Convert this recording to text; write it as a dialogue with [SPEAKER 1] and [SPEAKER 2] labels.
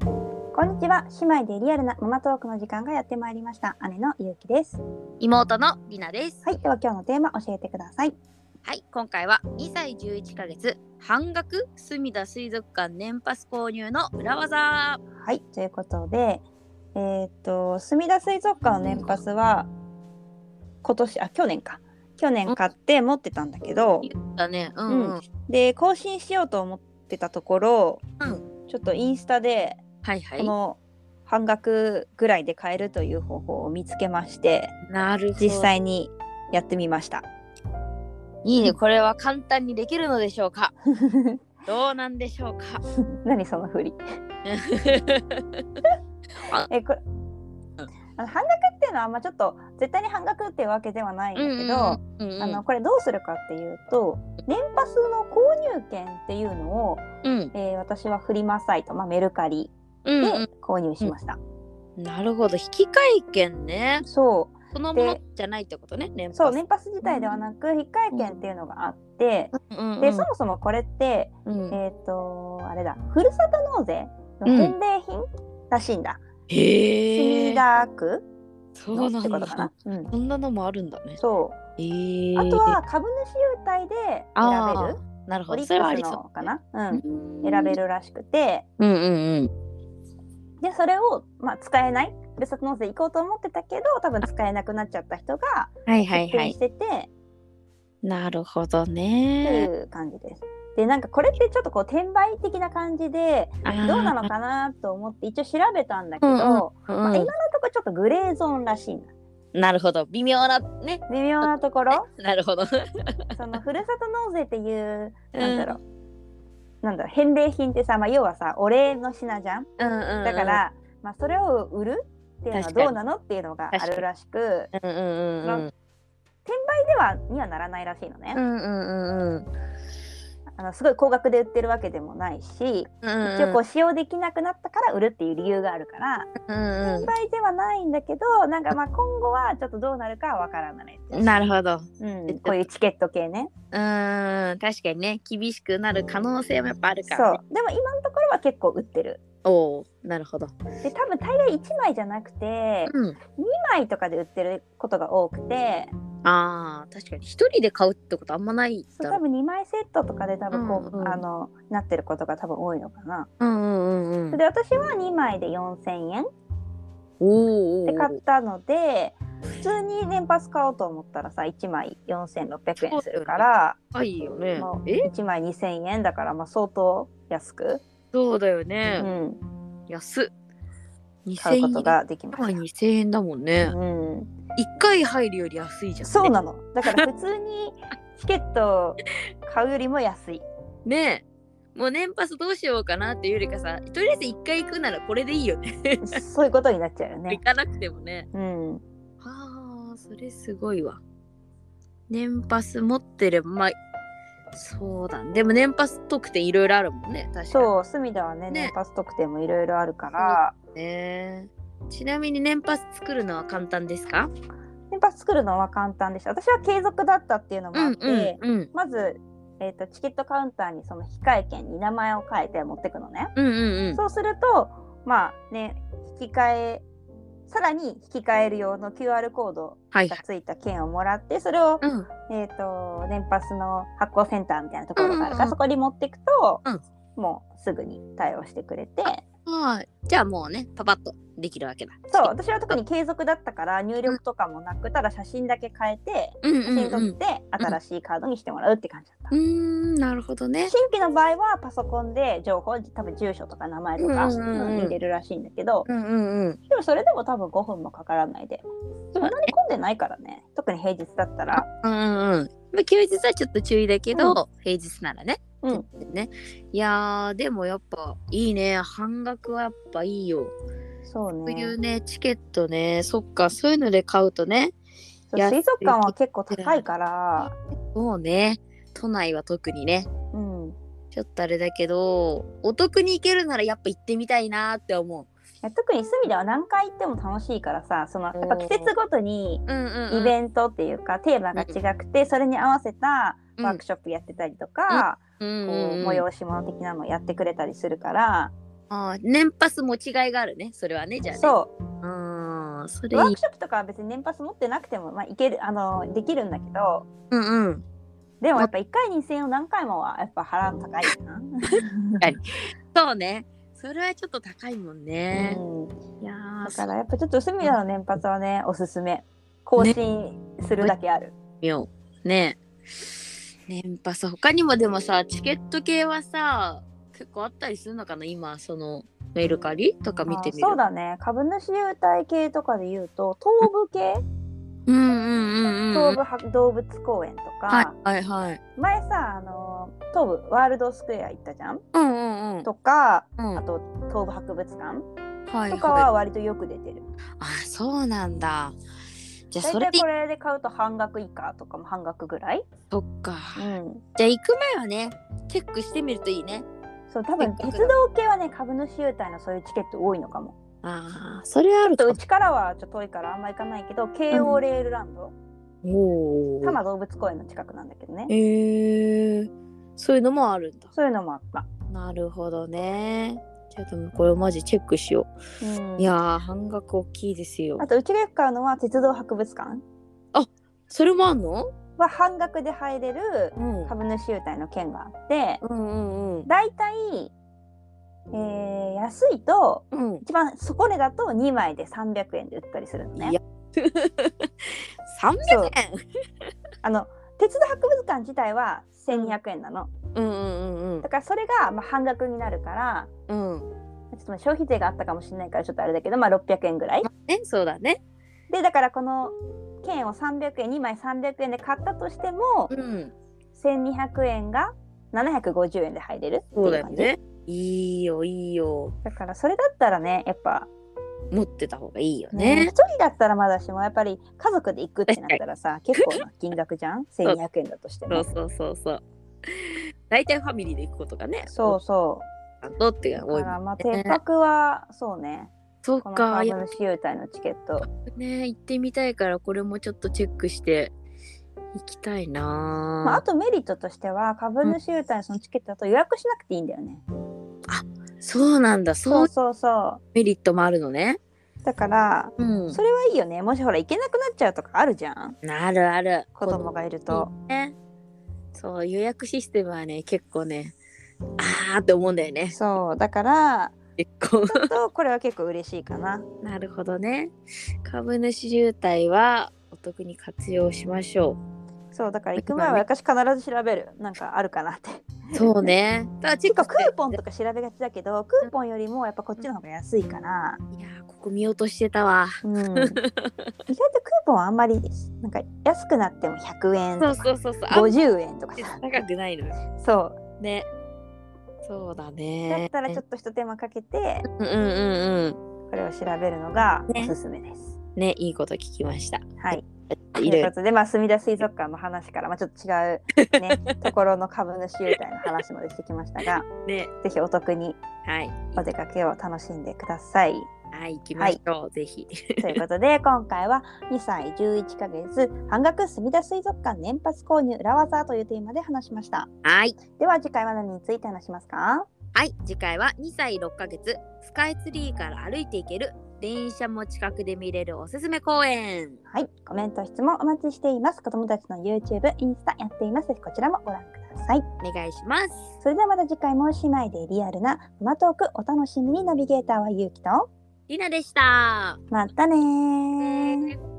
[SPEAKER 1] こんにちは姉妹でリアルなママトークの時間がやってまいりました姉のゆうきです
[SPEAKER 2] 妹のりなです。
[SPEAKER 1] はいでは今日のテーマ教えてください
[SPEAKER 2] はい、今回は2歳11ヶ月半額隅田水族館年パス購入の裏技。
[SPEAKER 1] はいということでえーっと墨田水族館の年パスは今年あ去年か去年買って持ってたんだけど
[SPEAKER 2] だね。うんう
[SPEAKER 1] う
[SPEAKER 2] ん。
[SPEAKER 1] んで更新しようと思ってたところ、
[SPEAKER 2] う
[SPEAKER 1] ちょっとインスタで
[SPEAKER 2] はいは
[SPEAKER 1] こ
[SPEAKER 2] い。
[SPEAKER 1] の半額ぐらいで買えるという方法を見つけまして
[SPEAKER 2] なるほど。
[SPEAKER 1] 実。際にやってみました。
[SPEAKER 2] いいね。これは簡単にできるのでしょう か。どうなんでしょうか。
[SPEAKER 1] 何そのふりえこれ
[SPEAKER 2] うん
[SPEAKER 1] あの半額っていうのはあんまちょっと絶対に半額っていうわけではないんだけど、
[SPEAKER 2] うんうんうん、
[SPEAKER 1] あのこれどうするかっていうと年パスの購入券っていうのを、
[SPEAKER 2] うん
[SPEAKER 1] えー私はフリマサイト、まあ、メルカリ
[SPEAKER 2] う
[SPEAKER 1] で
[SPEAKER 2] んう
[SPEAKER 1] 購入しました。
[SPEAKER 2] ん。なるほど。引き換え券ね。
[SPEAKER 1] そう
[SPEAKER 2] そのもの
[SPEAKER 1] で
[SPEAKER 2] じゃないってことね。年パス
[SPEAKER 1] そう年パス自体ではなく引換券っていうのがあって、
[SPEAKER 2] うんうん。
[SPEAKER 1] でそもそもこれって、
[SPEAKER 2] うん。
[SPEAKER 1] えっ、とあれだふるさと納税の返礼品らしいんだ。
[SPEAKER 2] へ
[SPEAKER 1] 墨
[SPEAKER 2] え。
[SPEAKER 1] 田区
[SPEAKER 2] そう
[SPEAKER 1] の
[SPEAKER 2] な
[SPEAKER 1] って
[SPEAKER 2] ん
[SPEAKER 1] ことかな
[SPEAKER 2] だ。。
[SPEAKER 1] うん、
[SPEAKER 2] そんなのもあるんだね。
[SPEAKER 1] そう
[SPEAKER 2] ええ。
[SPEAKER 1] あとは株主優待で選べる
[SPEAKER 2] なるほ
[SPEAKER 1] オリッ
[SPEAKER 2] ど。それはあ
[SPEAKER 1] ク
[SPEAKER 2] り
[SPEAKER 1] ス
[SPEAKER 2] そ
[SPEAKER 1] の
[SPEAKER 2] う。
[SPEAKER 1] かな、う、
[SPEAKER 2] うん
[SPEAKER 1] 選べ。るらしくて
[SPEAKER 2] うんうん
[SPEAKER 1] でそれを、まあ、使えないふるさと納税行こうと思ってたけど多分使えなくなっちゃった人が
[SPEAKER 2] うん。はいは
[SPEAKER 1] 出
[SPEAKER 2] いは
[SPEAKER 1] 店
[SPEAKER 2] い
[SPEAKER 1] し。てて、
[SPEAKER 2] なるほど
[SPEAKER 1] って
[SPEAKER 2] ね。
[SPEAKER 1] いう感じです。でなんかこれってちょっとこう転売的な感じで
[SPEAKER 2] どう
[SPEAKER 1] どうなのかなと思って一応調べたんだけど、
[SPEAKER 2] うんうん
[SPEAKER 1] まあ、今のと
[SPEAKER 2] う
[SPEAKER 1] ころちょっとグレーゾーンらしいな
[SPEAKER 2] うん。なるほど。微妙なね。
[SPEAKER 1] 微妙なとこ ろ
[SPEAKER 2] なるほど。
[SPEAKER 1] そのふるさと納税っていうなんだろ
[SPEAKER 2] う
[SPEAKER 1] う、なんだろう返礼品ってさ、まあ、要はさお礼の品じゃん
[SPEAKER 2] うんうんうん。
[SPEAKER 1] だか。ら、まあ、それを売るっていうのは
[SPEAKER 2] 確かに
[SPEAKER 1] どうなのっていうのがあるらしく
[SPEAKER 2] うんうんうんうん。
[SPEAKER 1] ではにはならないらしいのね、
[SPEAKER 2] うんうんうんうん。
[SPEAKER 1] あのすごい高額で売ってるわけでもないし、
[SPEAKER 2] うん
[SPEAKER 1] 一応こう使用できなくなったから売るっていう理由があるから、
[SPEAKER 2] うん。
[SPEAKER 1] 転売ではないんだけどなんかまあ今後はちょっとどうなるかはわからないっていううん
[SPEAKER 2] なるほど。
[SPEAKER 1] うん、こういうチケット系ね。
[SPEAKER 2] うん。確かにね、厳しくなる可能性もやっぱある
[SPEAKER 1] そ
[SPEAKER 2] からね。
[SPEAKER 1] う。でも今のところは結構売ってる。
[SPEAKER 2] おお、なるほど。
[SPEAKER 1] で多分大概1枚じゃなくて
[SPEAKER 2] うん。
[SPEAKER 1] 2枚とかで売ってることが多くて
[SPEAKER 2] ああ、確かに一人で買うってことあんまない
[SPEAKER 1] そう
[SPEAKER 2] だ
[SPEAKER 1] 多
[SPEAKER 2] ろう。
[SPEAKER 1] 分2枚セットとかで多分こう、
[SPEAKER 2] うんうん
[SPEAKER 1] あのなってることが多分多いのかな。
[SPEAKER 2] うんうんうんうん。
[SPEAKER 1] で私は2枚で4000円
[SPEAKER 2] おーおー。
[SPEAKER 1] で買ったので普通に年パス買おうと思ったらさ1枚4600円するから、
[SPEAKER 2] 高いよね
[SPEAKER 1] もう。
[SPEAKER 2] え
[SPEAKER 1] 1枚2000円だからまあ相当安く、
[SPEAKER 2] そうだよ
[SPEAKER 1] う
[SPEAKER 2] ね。
[SPEAKER 1] ん、
[SPEAKER 2] 安っ。
[SPEAKER 1] 買うこ
[SPEAKER 2] 2000
[SPEAKER 1] と
[SPEAKER 2] 円。
[SPEAKER 1] ができま
[SPEAKER 2] 今
[SPEAKER 1] し
[SPEAKER 2] 2000円だもん
[SPEAKER 1] た。
[SPEAKER 2] ね。
[SPEAKER 1] うん
[SPEAKER 2] 一回入るより安いじゃん、ね。
[SPEAKER 1] そうなの。だから普通にチケットを買うよりも 安い。
[SPEAKER 2] ねえ。もう年パスどうしようかなっていうよりかさ、とりあえず一回行くならこれでいいよね。
[SPEAKER 1] そういうことになっちゃうよね
[SPEAKER 2] 行。かなくてもね。
[SPEAKER 1] うん。
[SPEAKER 2] ああ、それすごいわ。年パス持ってれば、まあ、そうだ、ね。でも年パス特典いろいろあるもんね。確かに。
[SPEAKER 1] そう、隅田はね、
[SPEAKER 2] ね
[SPEAKER 1] 年パス特典もいろいろあるから、
[SPEAKER 2] ねちなみに年パス作るのは簡単ですか
[SPEAKER 1] 年パス作るのは簡単でした。私は継続だったっていうのもあって、
[SPEAKER 2] うん
[SPEAKER 1] まず、えー、とチケットカウンターにその控え券に名前を書いて持ってくのね。
[SPEAKER 2] うんうん
[SPEAKER 1] そうすると、まあね、引き換え、さらに引き換える用の QR コード
[SPEAKER 2] はい
[SPEAKER 1] が。ついた券をもらって、それを
[SPEAKER 2] うん。
[SPEAKER 1] えー、と年パスの発行センターみたいなところがあるから、
[SPEAKER 2] うんうんうん
[SPEAKER 1] そこに持っていくと、
[SPEAKER 2] うん
[SPEAKER 1] もうすぐに対応してくれて
[SPEAKER 2] はい。じゃあもうね、パパッとできるわけだ。
[SPEAKER 1] そう私は特に継続だったから入力とかもなくただ写真だけ変えて
[SPEAKER 2] うん
[SPEAKER 1] 写
[SPEAKER 2] うん
[SPEAKER 1] 真撮
[SPEAKER 2] う
[SPEAKER 1] っ
[SPEAKER 2] ん。
[SPEAKER 1] て新しいカードにしてもらうって感じだった
[SPEAKER 2] う。ーん、なるほどね。
[SPEAKER 1] 新規の場合はパソコンで情報多分住所とか名前とか、
[SPEAKER 2] うんうんうん
[SPEAKER 1] 入れるらしいんだけど
[SPEAKER 2] うんうんうん。
[SPEAKER 1] でもそれでも多分5分もかからないでそんなに混んでないからね特に平日だったら、
[SPEAKER 2] うんうんうん。まあ、休日はちょっと注意だけど、
[SPEAKER 1] うん
[SPEAKER 2] 平日ならね。
[SPEAKER 1] うん、
[SPEAKER 2] ね。いやー、でもやっぱいいね。半額はやっぱいいよ。
[SPEAKER 1] そう
[SPEAKER 2] こうい
[SPEAKER 1] ね
[SPEAKER 2] うね、チケットね、そっか、そういうので買うとね、
[SPEAKER 1] そう
[SPEAKER 2] 安い
[SPEAKER 1] 水族館は結構高いから、
[SPEAKER 2] もうね、都内は特にね、
[SPEAKER 1] うん、
[SPEAKER 2] ちょっとあれだけど、お得に行けるならやっぱ行ってみたいなーって思
[SPEAKER 1] いや特に隅田は何回行っても楽しいからさそのやっぱ季節ごとに
[SPEAKER 2] う。うんうん、うん。
[SPEAKER 1] イ
[SPEAKER 2] ン
[SPEAKER 1] ベントっていうか、テーマが違くて、それに合わせた
[SPEAKER 2] うん
[SPEAKER 1] ワークショップやってたりとか、こ
[SPEAKER 2] ト
[SPEAKER 1] う催し物的なのやってくれたりするから、
[SPEAKER 2] あー年パスも違いがあるねそれはねじゃあね
[SPEAKER 1] そう
[SPEAKER 2] うあーそれい
[SPEAKER 1] ワー
[SPEAKER 2] い
[SPEAKER 1] クショップとかは別に年パス持ってなくても、まあ、いけるあのできるんだけど
[SPEAKER 2] うんうん
[SPEAKER 1] でもやっぱ1回2000円を何回もはやっぱ払うの高いよな。
[SPEAKER 2] そうねそれはちょっと高いもんね、
[SPEAKER 1] うん、
[SPEAKER 2] いやー
[SPEAKER 1] だからやっぱちょっと隅田の年パスはねおすすめ更新するだけある。
[SPEAKER 2] 妙ねえ年パス他にもでもさチケット系はさ結構あったりするのかな今そのメルカリとか見てみる
[SPEAKER 1] あそうだね株主優待系とかで言うと東部系、
[SPEAKER 2] うんうんうんうん
[SPEAKER 1] 東部は動物公園とか、
[SPEAKER 2] はいはいはい
[SPEAKER 1] 前さあの東部ワールドスクエア行ったじゃん
[SPEAKER 2] うんうんうん
[SPEAKER 1] とか
[SPEAKER 2] うん
[SPEAKER 1] あと東部博物館
[SPEAKER 2] はい
[SPEAKER 1] とか
[SPEAKER 2] はい
[SPEAKER 1] は割とよく出てる。
[SPEAKER 2] あそうなんだじゃあ
[SPEAKER 1] 大
[SPEAKER 2] それ
[SPEAKER 1] 体
[SPEAKER 2] で
[SPEAKER 1] これで買うと半額以下とかも半額ぐらい、
[SPEAKER 2] そっか
[SPEAKER 1] うん、
[SPEAKER 2] じゃあ行く前はねチェックしてみるといいね
[SPEAKER 1] そう多分
[SPEAKER 2] せっかくだ
[SPEAKER 1] 鉄道系はね株主優待のそういうチケット多いのかも
[SPEAKER 2] ああそれあ
[SPEAKER 1] ちょ
[SPEAKER 2] る
[SPEAKER 1] っと
[SPEAKER 2] と
[SPEAKER 1] うちからはちょっと遠いからあんま行かないけど京王レールランド、
[SPEAKER 2] お
[SPEAKER 1] 多摩動物公園の近くなんだけどね、
[SPEAKER 2] へえそういうのもあるんだ
[SPEAKER 1] そういうのもあった、
[SPEAKER 2] なるほどねちょっともうこれマジチェックしよう
[SPEAKER 1] うん
[SPEAKER 2] いやー半額大きいですよ
[SPEAKER 1] あ。とうちがよく買うのは鉄道博物館
[SPEAKER 2] それもあんの？
[SPEAKER 1] は半額で入れる
[SPEAKER 2] うん。うん
[SPEAKER 1] 株主優待の券があって
[SPEAKER 2] うんうん。
[SPEAKER 1] だいたい、えー安いと
[SPEAKER 2] うん。
[SPEAKER 1] 一番底値だと2枚で300円で売ったりするのね
[SPEAKER 2] いや 三
[SPEAKER 1] そう
[SPEAKER 2] 百円。
[SPEAKER 1] あの鉄道博物館自体は1200円なの、
[SPEAKER 2] うんうん
[SPEAKER 1] だからそれがまあ半額になるから
[SPEAKER 2] うんうん。
[SPEAKER 1] ちょっとまあ消費税があったかもしれないからちょっとあれだけど、まあ、600円ぐらい
[SPEAKER 2] ねそうだね。
[SPEAKER 1] でだからこの券を300円2枚300円で買ったとしても
[SPEAKER 2] うん。
[SPEAKER 1] 1200円が750円で入れるっていう感じ
[SPEAKER 2] そうだよね。いいよいいよ。
[SPEAKER 1] だからそれだったらねやっぱ
[SPEAKER 2] 持ってた方がいいよ
[SPEAKER 1] ね一、
[SPEAKER 2] ね。
[SPEAKER 1] 人だったらまだしもやっぱり家族で行くってなったらさ結構な金額じゃん
[SPEAKER 2] う
[SPEAKER 1] 1200円だとして
[SPEAKER 2] そ
[SPEAKER 1] も
[SPEAKER 2] うそうそうそう。大体ファミリーで行くことがね。
[SPEAKER 1] そうそ
[SPEAKER 2] ちゃんとっていう
[SPEAKER 1] う
[SPEAKER 2] の
[SPEAKER 1] だ
[SPEAKER 2] が多
[SPEAKER 1] か
[SPEAKER 2] いも
[SPEAKER 1] ら
[SPEAKER 2] ん
[SPEAKER 1] まあ
[SPEAKER 2] ね
[SPEAKER 1] 定額はそうね
[SPEAKER 2] そ
[SPEAKER 1] こ
[SPEAKER 2] っ
[SPEAKER 1] の
[SPEAKER 2] か。
[SPEAKER 1] カ
[SPEAKER 2] い
[SPEAKER 1] ー
[SPEAKER 2] や
[SPEAKER 1] ブ主優待のチケット
[SPEAKER 2] ね行ってみたいからこれもちょっとチェックして行きたいな。
[SPEAKER 1] まあ、あとメリットとしては株主優待のそのチケットだと予約しなくていいんだよね。
[SPEAKER 2] そうなんだ。
[SPEAKER 1] そ
[SPEAKER 2] そうう
[SPEAKER 1] そうそ
[SPEAKER 2] メリットもあるのね。
[SPEAKER 1] う。だから、
[SPEAKER 2] うん
[SPEAKER 1] それはいいよね。もしほら行けなくなっちゃうとかあるじゃん。
[SPEAKER 2] あるある。
[SPEAKER 1] 子供がいると。
[SPEAKER 2] ね。そう、予約システムはね、結構ね、あーって思うんだよね。
[SPEAKER 1] そう。だから、
[SPEAKER 2] 結構。
[SPEAKER 1] ちょっとこれは結構嬉しいかな。
[SPEAKER 2] なるほどね。株主優待はお得に活用しましょ
[SPEAKER 1] そう。だから行く前は私必ず調べる。なんかあるかなって。
[SPEAKER 2] う。そう ね。た だ、チェ
[SPEAKER 1] 結
[SPEAKER 2] ック
[SPEAKER 1] 構
[SPEAKER 2] して
[SPEAKER 1] クーポンとか調べがちだけど、クーポンよりもやっぱこっちの方が安いから。
[SPEAKER 2] いやー、ここ見落としてたわ。
[SPEAKER 1] うん。意外とクーポンはあんまりです。なんか安くなっても100円
[SPEAKER 2] そ
[SPEAKER 1] と
[SPEAKER 2] う
[SPEAKER 1] か
[SPEAKER 2] そうそうそう。あんま
[SPEAKER 1] 50円とか
[SPEAKER 2] り
[SPEAKER 1] さ。
[SPEAKER 2] 高くないのよ。
[SPEAKER 1] そう。
[SPEAKER 2] ね。そうだ
[SPEAKER 1] だっ
[SPEAKER 2] ね。
[SPEAKER 1] たらちょ
[SPEAKER 2] っ
[SPEAKER 1] っとひと手間かけて
[SPEAKER 2] と。うんうんう
[SPEAKER 1] これを調べるのが
[SPEAKER 2] ね
[SPEAKER 1] おすすめです。
[SPEAKER 2] ん。ね、いいこと聞きま した。
[SPEAKER 1] はい、と
[SPEAKER 2] い
[SPEAKER 1] いう
[SPEAKER 2] ろい
[SPEAKER 1] こ
[SPEAKER 2] ろ。
[SPEAKER 1] とで、まあ、墨田水族館の話から、まあ、ちょっと違う、 ね、ところの株主優待の話までしてきましたが
[SPEAKER 2] ね。
[SPEAKER 1] ぜひお得に
[SPEAKER 2] はい。
[SPEAKER 1] お出かけを楽しんでください。
[SPEAKER 2] はい、行きましょう。ぜひ。
[SPEAKER 1] ということ で今回は2歳11ヶ月半額墨田水族館年パス購入裏技というテーマで話しました。
[SPEAKER 2] はい。
[SPEAKER 1] では次回は何について話しますか
[SPEAKER 2] はい、次回は2歳6ヶ月、スカイツリーから歩いていける、電車も近くで見れるおすすめ公園。
[SPEAKER 1] はい、コメント質問お待ちしています。子供たちの YouTube、インスタやっています。ぜひこちらもご覧ください。
[SPEAKER 2] お願いします。
[SPEAKER 1] それではまた次回も姉妹でリアルなママトークお楽しみにナビゲーターはゆうきと
[SPEAKER 2] りなでした。
[SPEAKER 1] またねー。
[SPEAKER 2] ね